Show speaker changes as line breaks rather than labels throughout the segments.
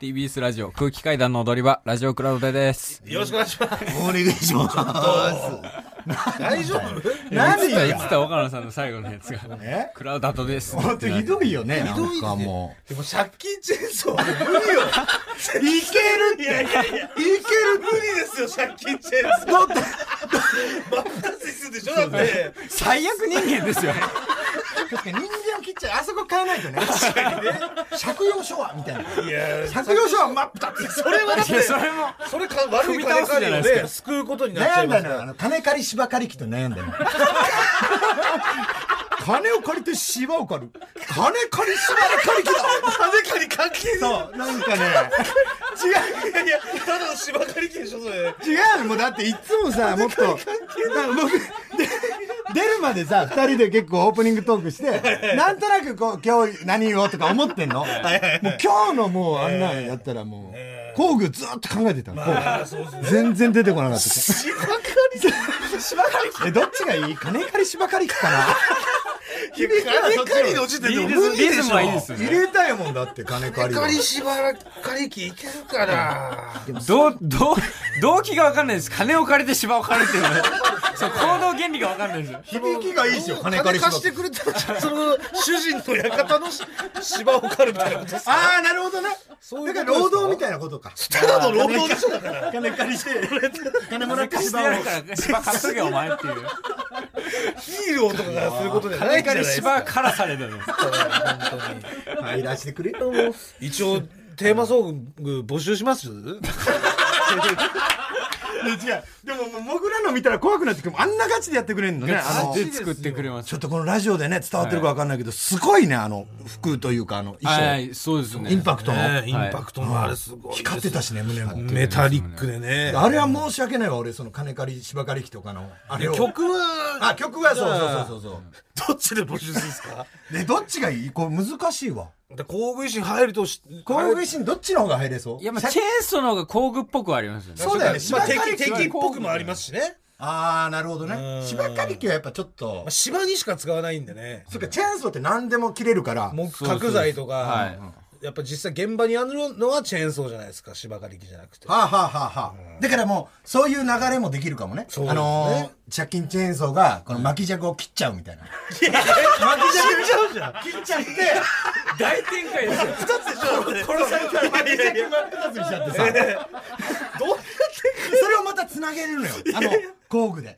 TBS ラジオ空気階段の踊り場、ラジオクラウドです。
よろしくお願いします。
お願いします。
大丈夫
なんで
いつだ、い
よ
つだ、岡野さんの最後のやつが。
え
クラウダートです。
本当ひどいよね。な
どいね
んかも
でも借金チェーンソーは無理よ。
う。いけるっていける
無理ですよ、借金チェーンソー。だって、マップスするでしょだって。
最悪人間ですよ。
確かに人間を切っちゃう。あそこ変えないとね。借用書はみたいな。
いや
借用書は真っ二つ。
それはだって、
それも。
それか悪い金借りをね、救うことになっちゃ
悩
い
ん
ま
だ
す
の
か
よ。
ら。
あの、金借り芝借り機と悩んだのよ。金を借りて芝を借る。金借り芝借り機だ
金借り関係ない。
そう、なんかね、
違う。いやいや、ただの芝刈り機でしょ、それ。
違うのもうだっていっつもさ、もっと、なんか僕、で出るまでさ、二人で結構オープニングトークして、なんとなくこう、今日何言おうとか思ってんの。もう今日のもうあんなのやったらもう、工具ずっと考えてたの。工具
そうですね。
全然出てこなかった。
芝刈り芝刈
え、どっちがいい金借り芝借りか な
りいや金借りの時点でも無理
リ
で
ズ
し
ム
ょ。
はいいですよね。
れたいもんだって、金借
金借り芝刈り機いけるかな
どう、どう、動機がわかんないです。金を借りて芝を借りてるの。そう、行動原理がわかんないですよ。
響きがいいしょ、金借り芝
貸してくれたら、その、主人の館の芝を狩るみたいなことですか
ああ、なるほどね。
そうい
だ
うこと
から労働みたいなことか。
ただの労働でしょだから。
金借りして、金もらって
貸してやるから芝買っとけお前っていう。
ヒーローとかがすることじゃな
金
いじゃな
借
い
り
です
芝
か。
からされたの。
入らしてくれよ。
一応、テーマソング募集します
いや違うでももう僕らの見たら怖くなってくるあんなガチでやってくれんのねあの
で作ってくれます
ちょ。っとこのラジオでね伝わってるか分かんないけど、すごいねあの服というかあの衣装、
はい、そうですね。
インパクトの、
インパクトのあれすごい。
光ってたしね胸も、
メタリックでね。
あれは申し訳ないわ俺その金借り芝刈り機とかのあれを
曲は、
あ曲はそうそうそうそうそう
どっちで募集するんですか
でどっちがいいこれ難しいわ
で工具維新入るとし、
工具維新どっちの方が入れそう
いや、まあ、チェーンソーの方が工具っぽくはありますよね。
そうだよね
ま
芝
あ、敵、
刈り機
敵
は
っぽくもありますしね。
ああなるほどね
うん
芝刈り機はやっぱちょっと
まあ、芝にしか使わないんでね。
そっかチェーンソーって何でも切れるから
木角材とか、
そうそうは
やっぱ実際現場にあるのはチェーンソーじゃないですか芝刈り機じゃなくて
はあ、はあはあはあ、だからもうそういう流れもできるかもね
そうですね
あのー、借金チェーンソーがこの巻き尺を切っちゃうみたいな、
ちゃうじゃん
切っちゃって
大展開ですよ。
殺されたら巻き尺真っ二つにしちゃってさ
どうやって
それをまたつなげれるのよあの工具で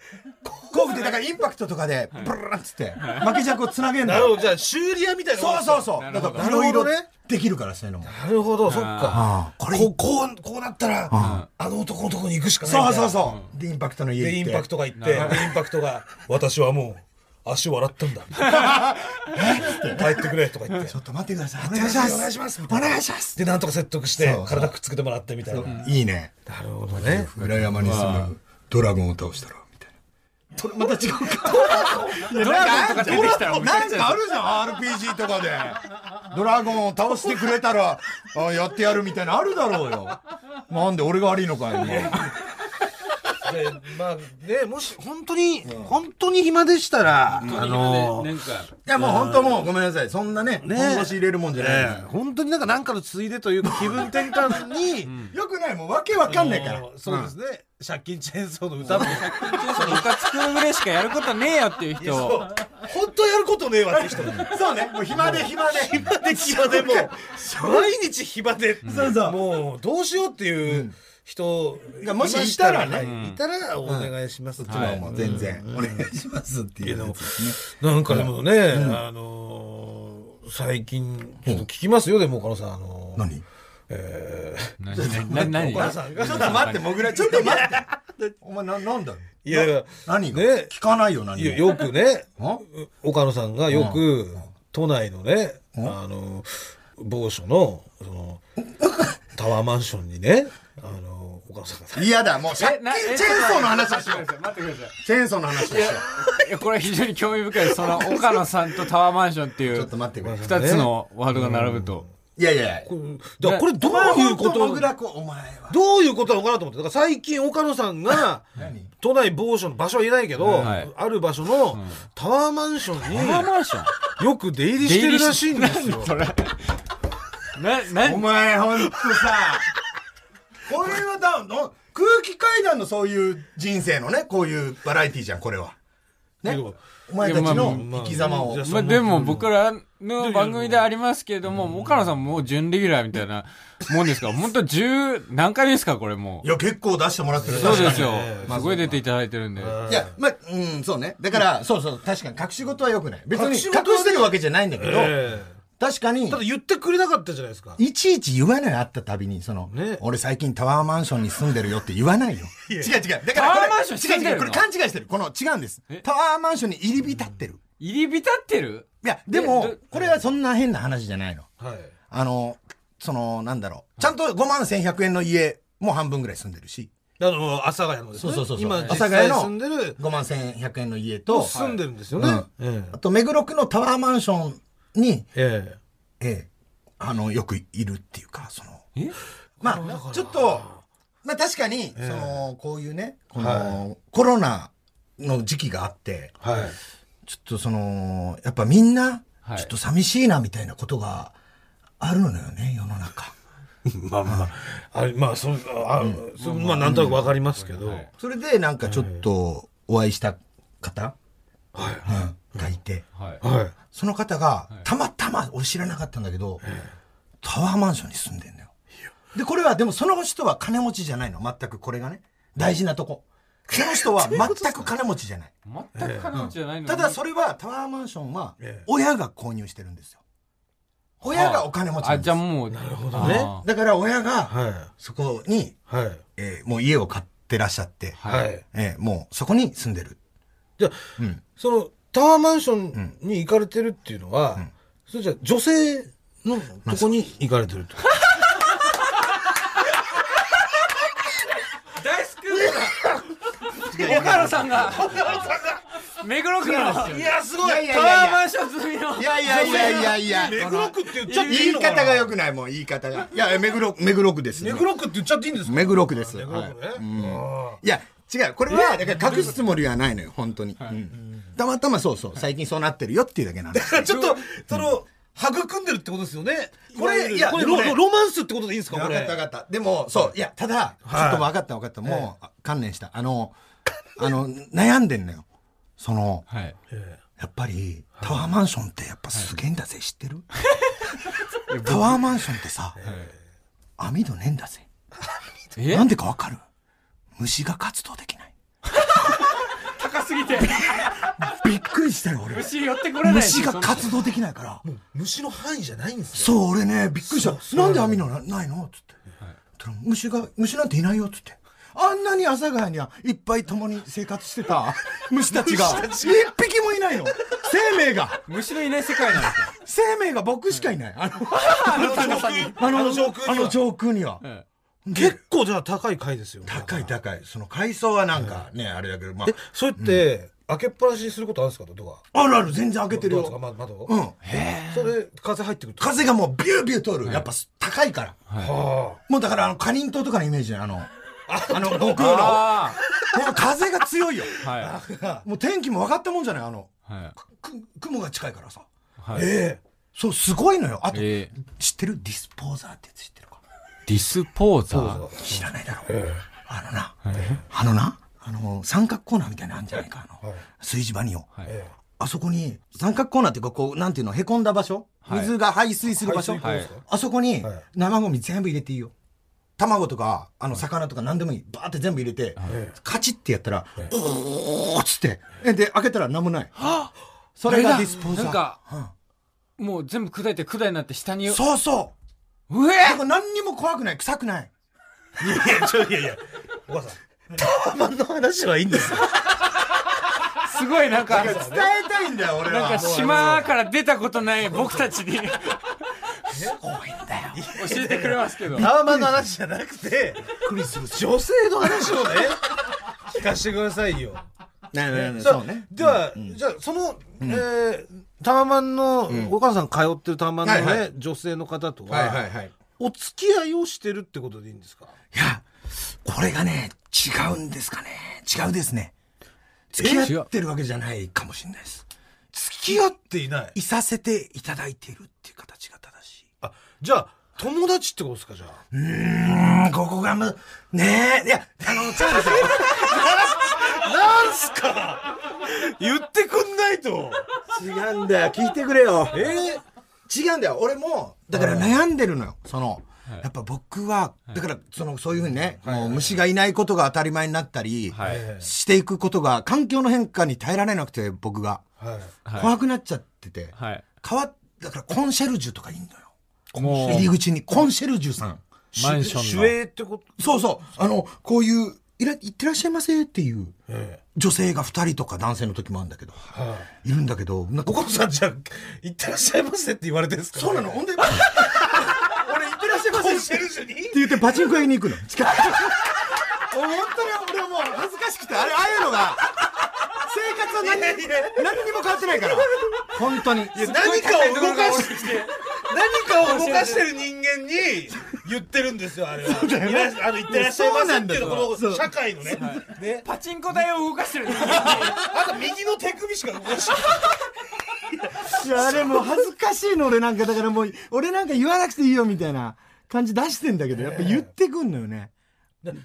工具でだからインパクトとかでブルーンっつって巻き尺をつなげるの
なるほ
よ
どじゃあ修理屋みたいな
そうそうそう
なる
だ
ほ
か
ど
らいろいろ
なるほどね
できるからそういうのも
なるほどそっか
ああこれ
こうこうこうなったらあの男のとこに行くしかない
そうそう
う
そうでインパクトの家行
で
って
インパクトが行ってでインパクトが私はもう足を洗ったんだ帰ってくれとか言って
ちょっと待ってくださいお願いします
お願いします
お願いします
でなんとか説得して
そうそう
体くっつけてもらってみたいなない
いね
るほどね
裏山に住むドラゴンを倒したらみたいなとまた違う か
ドラゴンとか出てきたらもう
なんかあるじゃん RPG とかでドラゴンを倒してくれたらあやってやるみたいなあるだろうよなんで俺が悪いのかよ
でまあねもし本当に、本当に暇でしたら、あの
なんか、
いやもう本当もうごめんなさいそんなね
ね
本腰入れるもんじゃない
ええ本当になんかなんかのついでというか気分転換に、
よくないもうわけわかんないから
あのそうですね、借金チェーンソーの歌も
チェーンソーの歌作るぐらいしかやることねえよっていう人を。
本当やることねえわって人も
そうねもう暇で暇で
暇で暇でもう毎日暇で
そうそう
もうどうしようっていう人
がもしいたら
い
ね
たらお願いしますっていうのは
もう
もう
全然お願いしますっていうやつですね
なんかでもね、あのー最近ちょっと聞きますよ、でも岡野さんあのー
何
えー
ななな何
お母さんが
ちょっと待って、もぐら、ちょっと待って。 お前、な、なんだろう
いやいや
何が、
ね
聞かないよ、何
いや
が。
よくね
あ
岡野さんがよく都内のね、あの某所のそのタワーマンションにねあの岡野さんが
嫌だ、もう、借
え
金
なえ
チェーンソーの話をしよ
待ってください待ってくださ
う。チェーンソーの話をしよ。
いいやこれは非常に興味深いその岡野さんとタワーマンションっていう
ち
う
ょっと待ってくれ。
2つのワードが並ぶと
いやいやいや。
だからこれどういうこ
も
と
ぐらこ、お前は。
どういうことなのかなと思ってだから最近岡野さんが
何
都内某所の場所は言えないけど、
はい
ある場所のタワーマンション
タワー
に
マンション
よく出入りしてるらしいんですよ。
それな、
お
な、
前ほんとさ、これはだ、の空気階段のそういう人生のね、こういうバラエティじゃん、これは。ね
でも。
お前たち
いやま
の
あ
まあ
生き様を
じゃ。そん
ま
な
あ、でも僕らの番組でありますけれども、岡野さんもう準レギュラーみたいなもんですから、本当十何回ですか、これも
いや、結構出してもらってる。
う。そうですよ
確かにね。
すごい出ていただいてるんで。
いや、まあ、うん、そうね。だから、そうそう、確かに隠し事は良くない。別に
隠
隠
し事はね
してるわけじゃないんだけど、
え
確かに
えた、だ言ってくれなかったじゃないですか。
いちいち言わない、会ったたびに、その、
ね
俺最近タワーマンションに住んでるよって言わないよ。違う違う。だからこれ、
タワーマンション住んでる
違う違う。これ
の
勘違いしてる。この、違うんです
え。
タワーマンションに入り浸ってる。
入り浸ってる
いや、
え
でも
ど、
これはそんな変な話じゃないの。
はい。
あの、その、なんだろう。ちゃんと5万1100円の家、もう半分ぐらい住んでるし。
あの、阿佐ヶ谷のですね。
そうそうそうそう
今、
阿
実
佐ヶ谷
際
の
住んでる、
5万1100円の家
もう
と、
住んでるんですよ
う
ね
ん。
え
あと、目黒区のタワーマンションに、
えええ。
ええ、あの、よくいるっていうか、その、
え
まあ、ちょっと、まあ確かに、その、こういうね、この、コロナの時期があって、
はい。
ちょっとその、やっぱみんな、
はい
ちょっと寂しいなみたいなことがあるのよね、世の中。
まあまあ、あまあ、そう、あ、そうまあ、なんとなくわかりますけど。
はい
それでなんかちょっとお会いした方、うんがいて、
はい。
はい。
その方が、たまたま、俺知らなかったんだけど、タワーマンションに住んでんだよ。で、これは、でもその人は金持ちじゃないの。全くこれがね。大事なとこ。その人は全く金持ちじゃない。
全く金持ちじゃないのに。
ただ、それはタワーマンションは
ええ、
親が購入してるんですよ。親がお金持ちな
あ、
んで
じ
す
ゃあ
よ。
もう。なるほ
どね
だから親が、
は
そこに、
い。はい。
えーもう家を買ってらっしゃって、
は
はいい。
えーもうそこに住んでる。
じゃあ、
うん。
その、タワーマンションに行かれてるっていうのは、それじゃあ女性のとこに行かれてるってこと
大好きだ岡野さんが目黒区の
いや、すごい
タワーマンション住みの
いやいやいやいやいや。
目黒区って言っ
ちゃって
言い方が良くない、もう言い方が。いや、目黒、目黒区です。
目黒区って言っちゃっていいんですか
目黒区です。
目黒区
は
ね
い。いや、違う。これは、だから隠すつもりはないのよ、本当に。うんたまたまそうそう、最近そうなってるよっていうだけなんです。
うんちょっと、その、育んでるってことですよね。こ
いやい
れ、
や
いや、
これ
ロ
これ
ロマンスってことでいいんですか
分
こ
かった分
れ。
かった。でも、そう、いや、ただ、ちょっと分かった分かった。もう、あ観念した。あの、あの、悩んでんのよ。その、
はい
やっぱり、タワーマンションってやっぱすげえんだぜ、知ってるタワーマンションってさ、網戸ねえんだぜ。
え
なんでかわかる虫が活動できない。
高すぎて
びっくりしたよ、俺。
虫寄ってこれない
虫が活動できないから。
虫の範囲じゃないんですよ。
そう、俺ね、びっくりした。なんで網のなないのつって。たら虫が、虫なんていないよ、つって。あんなに阿佐ヶ谷にはいっぱい共に生活して た虫たちが、一匹もいないの。生命が、
虫のいない世界なん ですよ
生命が僕しかいない。 あの、あの、
あの上空には
あの上空には。
え
結構じゃあ高い階ですよ。
高い高い。その海藻はなんかね、あれだけど、まあ
え、それって、開けっぱなしにすることあるんですかドア。
あるある、全然開けてる
ドアとか
よ。
ま窓
う
を。
ん。
それ、風入ってくると。
風がもうビュービュー通る。やっぱ高いから。
は
もうだから、あの、カリン島とかのイメージね あの、あの、悟空の。
あ
もう風が強いよ。
あは
もう天気も分かったもんじゃないあの、
いはい
く雲が近いからさ。
はい
ええそう、すごいのよ。あと、
えー
知ってるディスポーザーってやつ知ってるか
ディスポーザー
知らないだろ。あのな、あのな、あの、三角コーナーみたいなのあるんじゃないか、あの、炊事場によ。
はい
あそこに、三角コーナーっていうか、こう、なんていうの、凹んだ場所、
はい
水が排水する場所、
排水
溝ですか
あそこに
はい、
生ゴミ全部入れていいよ。卵とか、あの、魚とか何でもいい。バーって全部入れて、カチッってやったら、おーっつって。えで、開けたら何もない。それがディスポーザー。
なんかもう全部砕いて砕いになって下にう
そうそう。
え
なんか何にも怖くない。臭くない。
あ。いや、ちょ、いやいや、お母さん。タワマンの話はいいんですよ。
すごいなんか
伝えたいんだよ、俺
なんか島から出たことない僕たちに教
怖いんだよ。びっ
えてくれますけど
タワマンの話じゃなくて、
くりする。
女性の話をね、聞かせてくださいよ。
ななな
さ
そうね。
では、じゃあ、その、えー、タワマンの、お母さん通ってるタワマンのね、
はいは
女性の方とは、
はい。
お付き合いをしてるってことでいいんですか
いや、これがね、違うんですかね。違うですね。付
え
き合ってるわけじゃないかもしれないです。
付き合っていない。
いさせていただいているっていう形が正しい。
あ、じゃあ、友達ってことですか、じゃあ。
うん、ここがむ、ねえ、いや、あの、そうですよ。
なんすか言ってくんないと。
違うんだよ。聞いてくれよ。え違うんだよ。俺も、だから悩んでるのよ。その、やっぱ僕は、だから、その、そういうふうにね、もう虫がいないことが当たり前になったり、
はい
していくことが、環境の変化に耐えられなくて、僕が。
はい。
はい
怖くなっちゃってて。
はい
変わっ、だからコンシェルジュとかいいんだよ。
もう
入り口にコンシェルジュさん。
マンション
主
の
演ってこと
そうそう。あの、こういう、いら、いってらっしゃいませっていう、女性が二人とか男性の時もあるんだけど、いるんだけど、なんか
ココさんじゃあ、行ってらっしゃいませって言われてるんですか
そうなのほんで、 俺、行ってらっしゃいま
コ
せ
ン
って
シェルジュに
言ってパチンコ屋に行くの。近く。もう本当に俺はもう恥ずかしくて、あれ、ああいうのが、生活は何にも、何にも変わってないから。本当に。いや
何かを動かして、何かを動かしてる人間に言ってるんですよ、あれは。いらっしゃあの、行ってらっしゃいませっていうの、この社会のね。ね。
パチンコ台を動かしてる
あと右の手首しか動かしてない。
いや、あれもう恥ずかしいの、俺なんか。だからもう、俺なんか言わなくていいよ、みたいな感じ出してんだけど、やっぱ言ってくんのよね。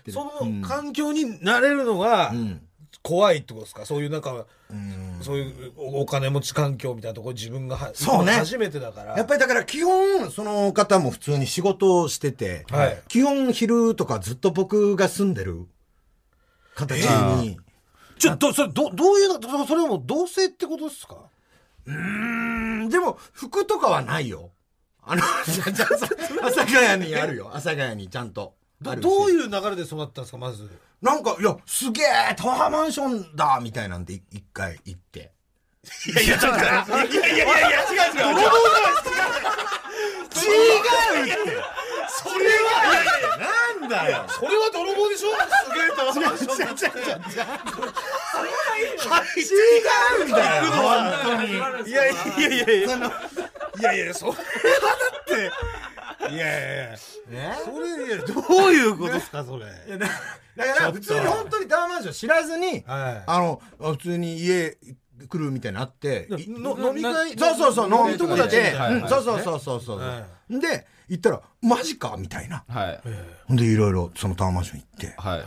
その環境になれるのが怖いってことですか、そういうなんか、そういうお金持ち環境みたいなところ自分がは
そうね
初めてだから
やっぱりだから基本、その方も普通に仕事をしてて、
はい
基本昼とかずっと僕が住んでる形に、
ちょっとそれどどういうのそれはもう同性ってことですか
うんでも服とかはないよ。あ の、じゃじゃ阿佐ヶ谷にあるよ。阿佐ヶ谷にちゃんと。
ど
あるし
どういう流れで育ったんですかまず
なんか、いや、すげえタワーマンションだみたいなんでい一回行って。
いやいやちょっといやいやいや違う違う泥棒
違うって
それはなんだよそれは泥棒でしょすげえと違う違う違う
違うんだよ
いやいやいやいやいやいやそれはだっていやいやいや
ね
それいやどういうことですかそれ
だから、普通に本当にタワーマンション知らずに、
はい
あの、普通に家来るみたいになって、い
の飲み会
そうそうそう、飲み
と
友
こ
達で、
はいはい
うんそうそうそうそうそう。
は
で、行ったら、マジかみたいな。
はい
ほんで、いろいろ、そのタワーマンション行って、
はい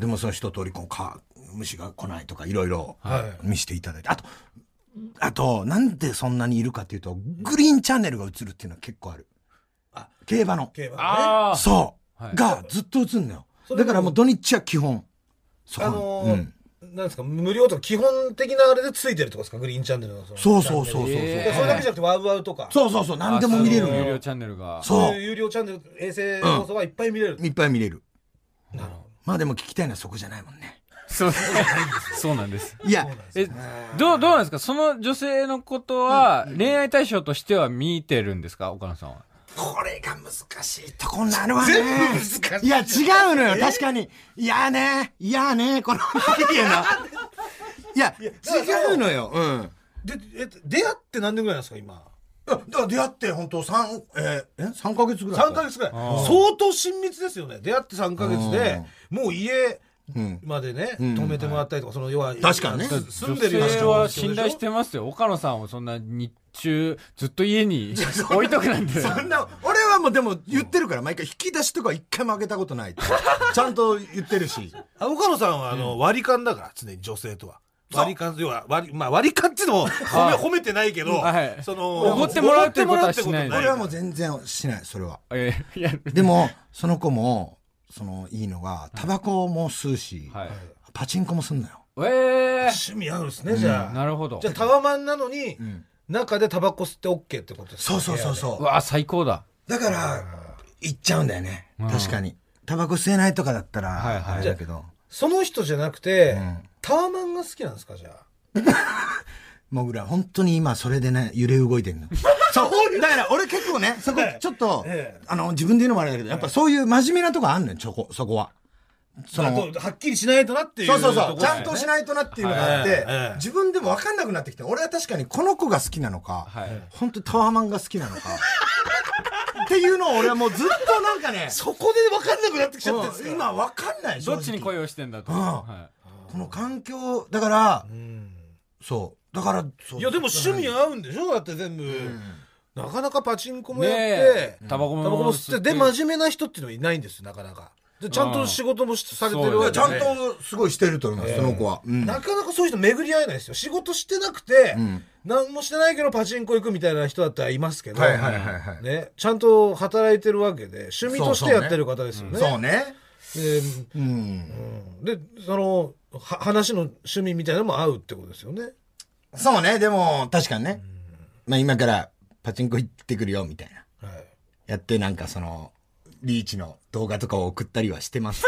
でもその一通り、こう、か、虫が来ないとか、いろいろ
は、
見せていただいて、あと、あと、なんでそんなにいるかっていうと、グリーンチャンネルが映るっていうのは結構ある。あ、競馬の。
競馬ね
ああ
そう、
はい
が、ずっと映んのよ。だからもう土日は基本、そこ
あ
に
のー
うん
なんですか無料とか基本的なあれでついてるってことですかグリーンチャンネルのその
そうそうそうそうそう。
チャンネル
え
でそれだけじゃなくてワウワウとか
そうそうそう、何でも見れるの
有
よ。
料チャンネルが
そう
いう有料チャンネル衛星放送はいっぱい見れる、
いっぱい見れる。まあでも聞きたいのはそこじゃないもんね。
そうそうなんです
いや、
えどうどうなんですかその女性のことは恋愛対象としては見てるんですか岡野さんは
これが難しいとこになるわね。
いや、違うのよ、確かに。いやね、いやね、この、いや
いや、
だから
違うのよ。うん。
でえ出会って何年ぐらいなんですか今
いやだから出会って本当三えーえ三ヶ月ぐらい。
3か月ぐらい相当親密ですよね出会って3か月でもう家
うん。
までね、止めてもらったりとか、その要は
確かにね
あの住
女
んでるような
性は信頼し
る
てますよ岡野さんをそんな日中ずっと家に置いとくなんて
そんな、俺はもうでも言ってるから、毎回引き出しとか一回も開けたことないって。ちゃんと言ってるし。
岡野さんはあの、割り勘だから常に女性とは割り勘要は割り,、まあ、割り勘っていうのも褒め
はい
褒めてないけど、
はい
その
おごってもらうってことはしない
おごってもらうってこと
俺はもう全然しない、それは。
え ーいや
でも、その子も、その、いいのが、タバコも吸うし、
はい
パチンコもすんのよ。
え
趣味合うんですね、じゃ
ー
あ
なるほど
じゃあタワマンなのに、中でタバコ吸って OK ってことですか
そうそうそうそう
う。わ最高だ
だから、行っちゃうんだよね。確かに。タバコ吸えないとかだった
はい
ら、
はい
あれだけど。
その人じゃなくて、
ん
タワマンが好きなんですかじゃあ
もぐら、本当に今それでね、揺れ動いてるの。 そう。だから俺結構ね、そこちょっと
ええ、
あの、自分で言うのもあれだけど、やっぱそういう真面目なとこあんのよ、ちょこ、そこは。そ
あ
の、
とはっきりしないとなっていう
そうそう
と
そ
こ
う。
ろ
ち
だよ
ゃん
ね
としないとなっていうのがあって
ええええ、
自分でも分かんなくなってきて、俺は確かにこの子が好きなのか
はい、
本当にタワマンが好きなのか。っていうのを俺はもうずっとなんか ね、
そこで分かんなくなってきちゃってるんですか
今分かんない正
ど
直
っちに恋をしてんだと
うん
は
この環境、だから、そう。だから、そう
いやでも趣味合うんでしょだって全部、なかなかパチンコもやっ
ね
て
え、タバコも
タバコも吸って、で、
吸って
真面目な人っていうのはいないんですよ、なかなか。で、ちゃんと仕事もしされてる
そう
わ
だ
け
ね
ち
で
ゃんとすごいしてると思います、その子は。うん
なかなかそういう人巡り合えないですよ。仕事してなくて、
ん
何もしてないけどパチンコ行くみたいな人だったらいますけど、
はいはいはいはい
ね、ちゃんと働いてるわけで、趣味としてやってる方ですよね。
そうね。
でうんで、その、は話の趣味みたいなのも合うってことですよね。
そうね、でも、確かにね。まあ今からパチンコ行ってくるよ、みたいな。
はい
やって、なんかその、リーチの動画とかを送ったりはし てます。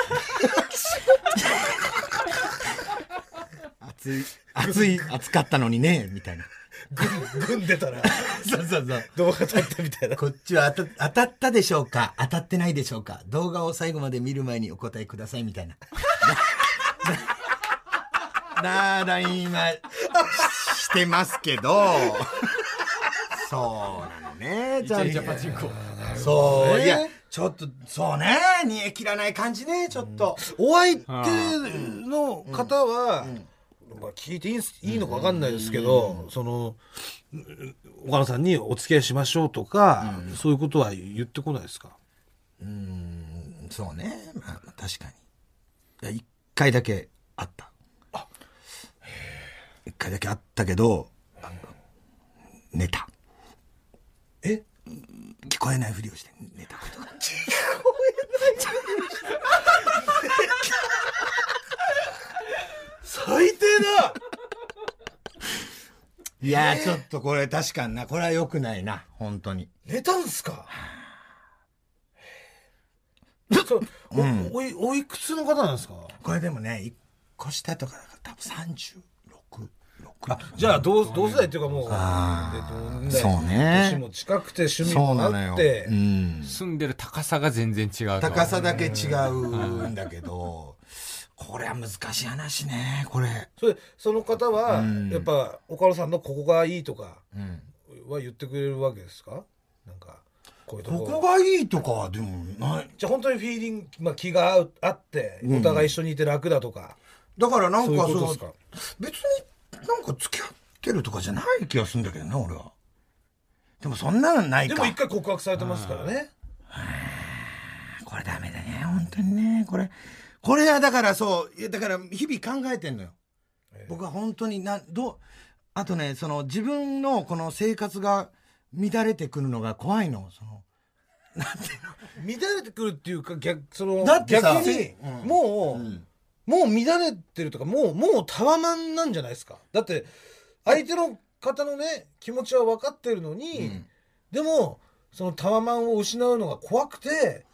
暑い、暑い、暑かったのにね、みたいな。
組んでたら
そうそうそう。
動画撮ったみたいな。
こっちは当た当たったでしょうか当たってないでしょうか動画を最後まで見る前にお答えくださいみたいな。なななあ、LINE はししてますけど、そうなのね、ちゃんと。
パチンコ。
そう、
ね
いや、ちょっと、そうね、煮え切らない感じね、ちょっと。
お相手の方は、まあ、聞いていいんすいいのか分かんないですけど、そのうん岡野さんにお付き合いしましょうとか、そういうことは言ってこないですか
そうね、まあ、確かに。いや、一回だけあった。一回だけあったけど、あ寝た。
え
聞こえないふりをして寝たことが。
最低だ
いやー、ちょっとこれ確かにな。これは良くないな。本当に。
寝たんすかそうおおいおいくつの方なんですか
これでもね、一個下とかだから多分36、6。
じゃあ同同世代っていうかもうえっと
そうね
年も近くて趣味
そう
も
なの
あ
よ
っ。て
うん。
住んでる高さが全然違うと。
高さだけ違うんだけど、これは難しい話ね、これ。
それその方は、やっぱ岡野さんのここがいいとかは言ってくれるわけですかなんかこういうとこ
ここがいいとかはでもない。
じゃあ本当にフィーリング、まあ、気が合うあってお互い一緒にいて楽だとか、
だからなんか
そう
そ
いうこと
の
ですか
別になんか付き合ってるとかじゃない気がするんだけどな、俺は。でもそんなのない
で
か。
も一回告白されてますからね
これダメだね、本当にね。これ、これはだからそう、いやだから日々考えてんのよ。僕は本当にな、どう、あとね、その自分のこの生活が乱れてくるのが怖いの。その、
乱れてくるっていうか逆その
だって
逆
さ
に、もう、もう乱れてるとかもうもうタワマンなんじゃないですかだって相手の方のね気持ちは分かってるのに、でもそのタワマンを失うのが怖くて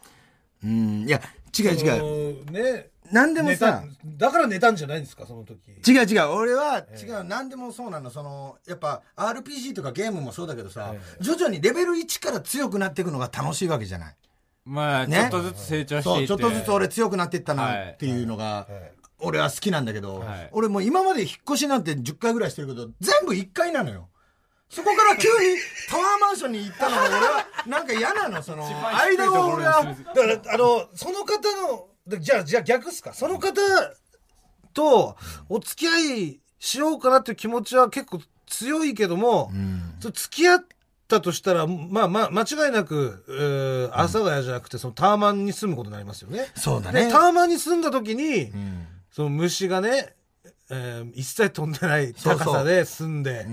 うん、いや、違う違う。
うね
何でもさ、
寝ただから寝たんじゃないんですかその時
違う違う俺は違う、何でもそうなのそのやっぱ RPG とかゲームもそうだけどさ、徐々にレベル1から強くなっていくのが楽しいわけじゃない
まあ、ち
ね
ょっとずつ成長してい
そ
うて。
ちょっとずつ俺強くなっていった
はい
なっていうのが、俺は好きなんだけど、
はい
俺もう今まで引っ越しなんて10回ぐらいしてるけど全部1回なのよそこから急にタワーマンションに行ったのが俺はなんか嫌な のその
低いと
間
こ
を
ろ
俺
に
は
住んで
だから、あの、その方の、でじゃあ、じゃあ逆っすか。その方とお付き合いしようかなっていう気持ちは結構強いけども、そう付き合ったとしたら、まあまあ、間違いなく、えー、阿佐ヶ谷じゃなくて、そのタワマンに住むことになりますよね。
そうだ
で
ね
タワマンに住んだ時に、
ん
その虫がね、えー一切飛んでない
そう
高
そう
さで住んで、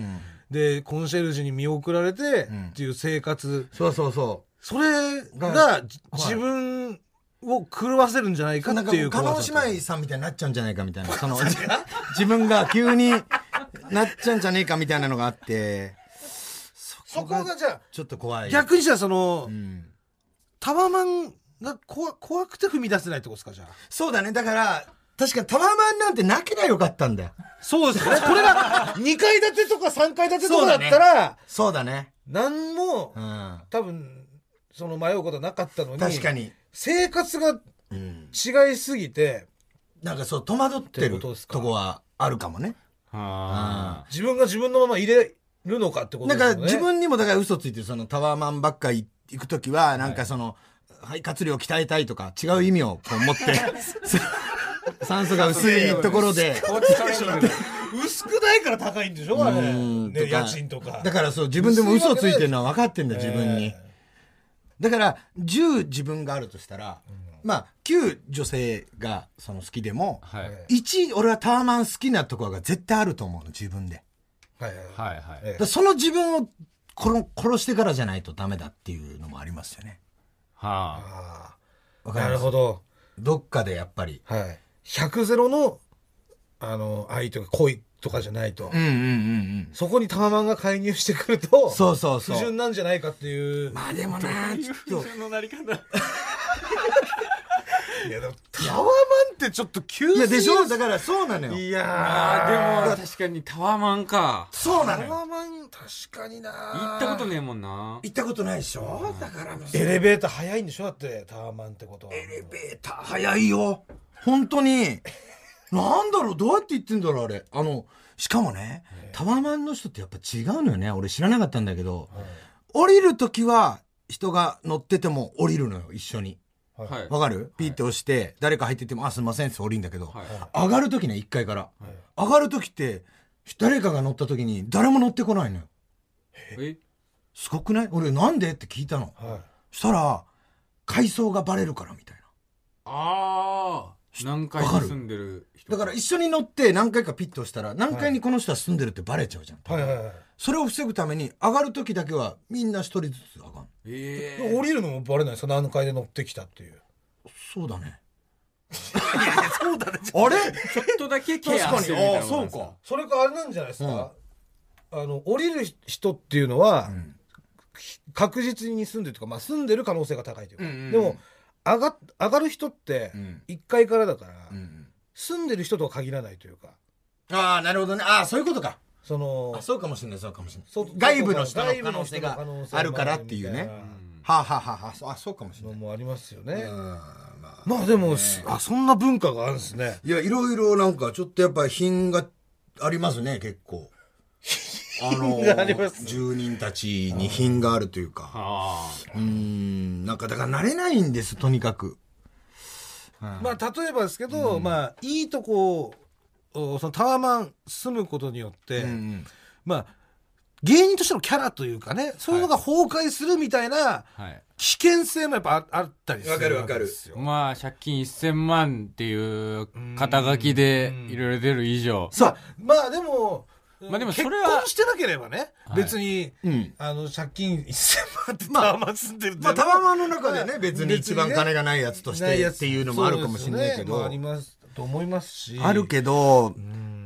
で、コンシェルジュに見送られて、
ん
っていう生活、
そうそうそう
それが、
が
じ
はい
自分を狂わせるんじゃないか
なん
っ
か
て
も
いうう
加
怖
納
さと
姉妹さんみたいになっちゃうんじゃないかみたいなその 自分が急になっちゃうんじゃねえかみたいなのがあって
そこがじゃあ
ちょっと怖い
逆にじゃあその、
ん
タワマンが怖怖くて踏み出せないってことですかじゃあ
そうだねだから確かにタワマンなんてなけりゃよかったんだよ
そうですねこれが 2階建てとか3階建てとかだったら、
そうだね
何も、
うん
多分その迷うことはなかったのに
確かに
生活が
うん
違いすぎて
なんかそう戸惑って
って
る
ことですか
とこはあるかもね
あ
自分が自分のまま入れるのかってこと
な
で
ん
すよ
か
ね
自分にもだから嘘ついてるそのタワーマンばっか行く 時はなんかその、肺活量鍛えたいとか違う意味をこう持ってそ酸素が薄いところで。
高知トレーニングで
薄くないから高いんでしょあれ、
うん
ね、
とか
家賃とか
だからそう、自分でも嘘ついてるのは分かってんだ、自分に。だから、10自分があるとしたら、まあ、9女性がその好きでも、
はい
1俺はタワマン好きなところが絶対あると思うの、自分で。
はいはいはい
はいはい
え
だからその自分を殺殺してからじゃないとダメだっていうのもありますよね。
は
あ
わ
あ
か
な
り
る
ます
ほど
どっかでやっぱり。
はい100ゼロのあの愛とか恋とかじゃないと、
うんうんうんうん。
そこにタワマンが介入してくると
そうそう
不
そう。
純なんじゃないかっていう
まあでもな、ちょっと。
のなり方
いやでもタワマンってちょっと急す
い
ぎ
や
る
でしょだからそうなのよ。
いや
あーでも確かにタワマンか
そうな
ー
の
タ
よ。
ワマン確かにな
行ったことねえもんな
行ったことないでしょだからもう
エレベーター早いんでしょだってタワマンってことは
エレベーター早いよ。本当に。 なんだろうどうやって言ってんだろうあれ。あの、しかもね、タワマンの人ってやっぱ違うのよね。俺知らなかったんだけど、降りるときは人が乗ってても降りるのよ、一緒に。
はい
はい
わかるピーって押して、誰か入ってっても、あ、すいませんって降りんだけど、
はい
上がるときね、一階から。上がるときって、誰かが乗ったときに誰も乗ってこないのよ。
え
すごくない俺なんでって聞いたの。
はい
したら、階層がバレるからみたいな。
ああ何回
わかる
住んでる人
だから一緒に乗って何回かピッと押したら、何階にこの人は住んでるってバレちゃうじゃん。
はいはいはい
それを防ぐために、上がるときだけはみんな一人ずつ上がる。
え
降りるのもバレないですか何階で乗ってきたっていう
そうだ ね。
そうだね
あれ
えちょっとだけケアしてるみたいなもんなんですか
それかあれなんじゃないですか、あの降りる人っていうのは、
ん
確実に住んでるとか、まあ、住んでる可能性が高いというか、
うんうんうん
でも上が上がる人って
うん
1階からだから、
うん
住んでる人とは限らないというか
ああ、なるほどね。ああ、そういうことか。
その
あそうかもしれない、そうかもしれない。
外
外部の人の
外部
可能
の人
性
の
が
可能性も
あるからっていうね。
うん
はあ、はあはあはあそうあ、そうかもし
の
れない。
もありますよね、
うんまあ
まあでも、すあそんな文化があるんですね
いや、いろいろなんか、ちょっとやっぱ品がありますね、結構。あの
がありますね
住人たちに品があるというか。
あ
うーん、なんかだから慣れないんです、とにかく。
まあ例えばですけど、まあいいとこをそのタワマン住むことによって、まあ芸人としてのキャラというかねそういうのが崩壊するみたいな
あはい
危険性もやっぱああったりする
わかるわかる
わけですよ
まあ借金1000万っていう肩書きでいろいろ出る以上
さあまあでも
まあでもそれは
結婚してなければね、
はい
別に、
うん
あの借金1000万ってタワマン住んでるって
まあ、タワマンの中で
ま
ね
あ、
別に一番
別にね
金がないやつとし
な
て
や
っ
つ
ていうのもあるかもしれないけ
そうですねま
ど
ああり。ますと思いますし
あるけど、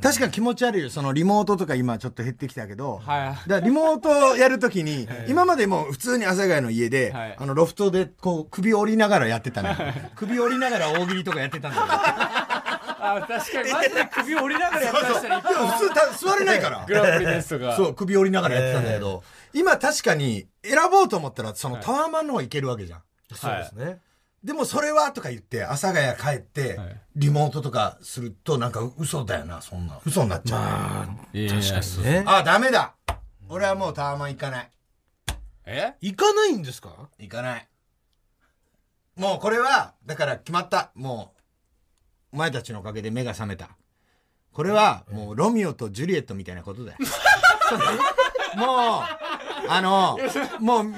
確かに気持ち悪いよ。そのリモートとか今ちょっと減ってきたけど、
はい
だからリモートやるとき に、今までもう普通に阿佐ヶ谷の家で、
はい
あのロフトでこう首折りながらやってたのよ。首折りながら大喜利とかやってたんだけ
あ確かにマジで首折りながらやってましたね一
ど。でも普通た座れないから
グ。ランプリですとか
そう、首折りながらやってたんだけど、今確かに選ぼうと思ったら、そのタワーマンの方行けるわけじゃん。
そうですね、
でもそれはとか言って、阿佐ヶ谷帰って
はい、
リモートとかすると、なんか嘘だよな、そんな。嘘になっちゃう。
いや
確かにね
あ、ダメだ俺はもうタワマン行かない。
え
行かないんですか
行かない。もうこれは、だから決まった。もう、お前たちのおかげで目が覚めた。これは、もうロミオとジュリエットみたいなことだよ。 もう、あの、もう、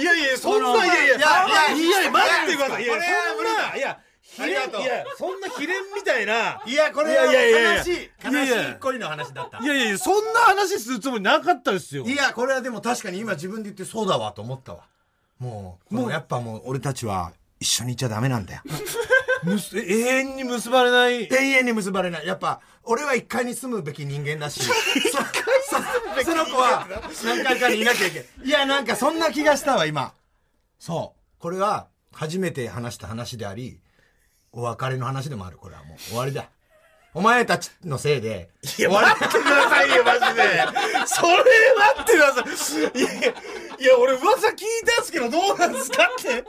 いやいや、そん
この
な、いやいや、
いや
いやいや、待ってください。いや、
これは
そんな、いや、秘
ありがと
伝、
う
いや、そんな秘伝みたいな。
いや、これ
いやいやいや
はい
や
悲しい、
いや
悲
い
し
や
い恋の話だった
い。やいやいや、そんな話するつもりなかったですよ。
いや、これはでも確かに今自分で言ってそうだわと思ったわ。もう、もうやっぱもう俺たちは一緒にいちゃダメなんだよ。
むす永遠に結ばれない。
永遠に結ばれない。やっぱ、俺は一階に住むべき人間 だし、そそその子は何回かにいなきゃいけない。いや、なんかそんな気がしたわ、今。そう。これは、初めて話した話であり、お別れの話でもある。これはもう終わりだ。お前たちのせいで、
いや、待ってくださいよ、マジで。それ待ってください。いやいや、いや、俺噂聞いたんですけど、どうなんですかって。聞いただ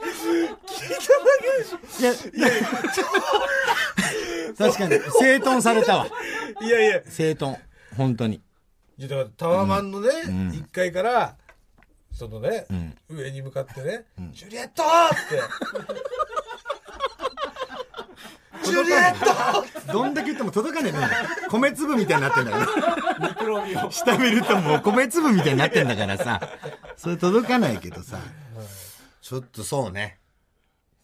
けでしょ。
いや、確かに、整頓されたわ。
いやいや、
整頓。本当に。
いやだからタワマンのね、一1階からそのね、上に向 かってね「ジュリエット!」って「ジュリエット
どんだけ言っても届かねえのよ米粒みたいになってんだから下見るともう米粒みたいになってんだからさそれ届かないけどさ
ちょっとそうね。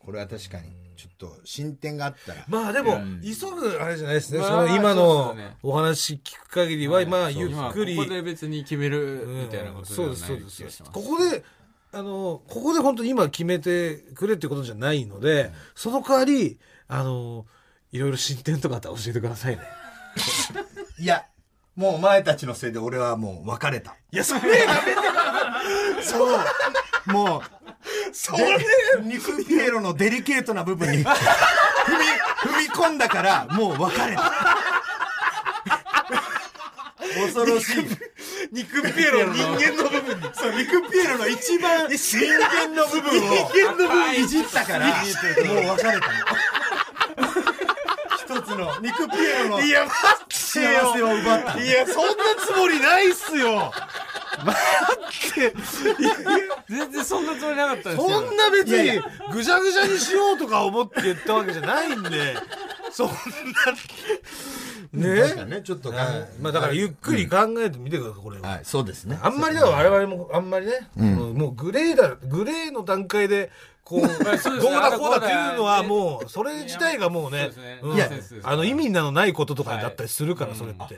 これは確かに、ちょっと進展があったら。
まあでも、急ぐあれじゃないですね。
まあ
その今
そ
の
うですね
お話聞く限りは、今、ゆっ
今こ
くり。
こで別に決める
うん
みたいなこと
そうです、そうで
気がし
す。
ます
ここで、あの、ここで本当に今決めてくれってことじゃないので、その代わり、あの、いろいろ進展とかあったら教えてくださいね。
いや、もうお前たちのせいで俺はもう別れた。
いや、それ
そうもう
そうね肉ピエロのデリケートな部分に踏み、踏み込んだから、もう別れた。恐ろしい。
肉ピエロの人間の部分に。
そう、肉ピエロの一番人間の部分を
人間の部分
いじったから、もう別れたの。一つの肉ピエロの
いや、待って
幸せを奪った。
いや、そんなつもりないっすよ。
全然そんなつもりなかったですよ
そんな別に、ぐじゃぐじゃにしようとか思って言ったわけじゃないんで、そんな、ね
なんかね、ちょっと考え
はいまあだからゆっくり考えてみてください、これは。
はい、そうですね。
あんまりだから我々もあんまりね、そのもうグレーだ、グレーの段階で、こう、どうだ
そうですね
こうだっていうのはもう、それ自体がもうね
そうですね、
うん
いやそうです
あの意味なのないこととかだったりするから、それって。
あ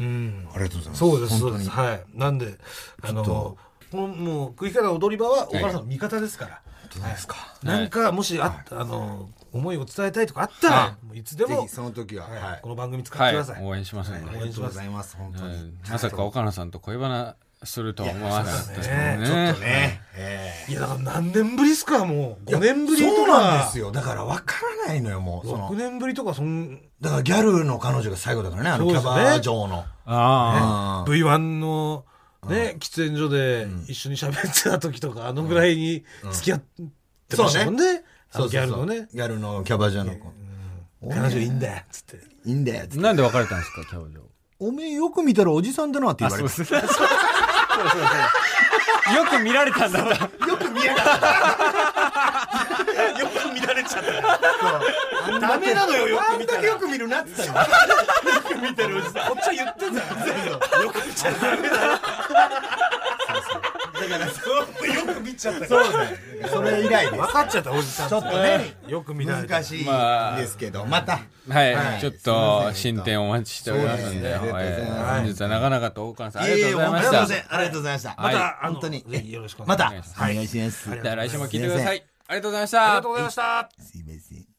りがとうございます。
そうです、そうです。はい。なんで、あの、
と
このもう、食い方踊り場は、岡田さんの味方ですから。
どうですか。
なんか、もしあった、あの、思いを伝えたいとかあったら、
はい
もういつで
ぜ
も
ひ、その時は、
はい
はい
こ。の番組使っ
は
て
い
ください。
応援しますんで
応援します。
います、本
うんまさか岡野さんと恋バナするとは思わなかったですもんね
い
ね
ね。え
いや、だから何年ぶりっすか、もう。
え
5年ぶりとか。
そうなんですよ。だから分からないのよ、もう。そ
6
の、
年ぶりとか、そん、
だからギャルの彼女が最後だからね、あの
そう
キ
で
ャ
すね
バ嬢の。
ああ
あ
V1 の、ね、喫煙所で一緒に喋ってた時とか、あのぐらいに付き合ってましたもんね。あ
そ
の
う
ギ
そう
ャ
そう
ルのね。
ギャルのキャバ嬢の子。
彼女いいんだよ、つって。
いいんだよ、つって
なんで別れたんですかキャバ嬢
おめえよく見たらおじさんだなって言われて。
すそうそうそうよく見られたんだな
ダメなのよ、よく見たら。あんだけよく見るなって言ったよ。
こっちは言ってんだよ。
そうだよ。それ以来で
分かっちゃった、おじさん。
ちょっとね
よく見られた。
難
い。
しい
まあ
ですけど、また。
はい、
はい
ちょっ
すいま
と
せん
進展お待ちしておりますんで
そうですねありがとう
はい本
ございます
日は長々と岡野さんあ
い
り
え
が
い
と
え
う
も
ご
う
ざいま
あり
し
がとう
た
ございます。ありがとうございました。
はい
また、あの
本当に
ぜひよろしくお願
ま
いします。
たお願いします。
じゃあ来週も聞いてくださいありがとうございまし
あり
た
がとうございました。
すいません。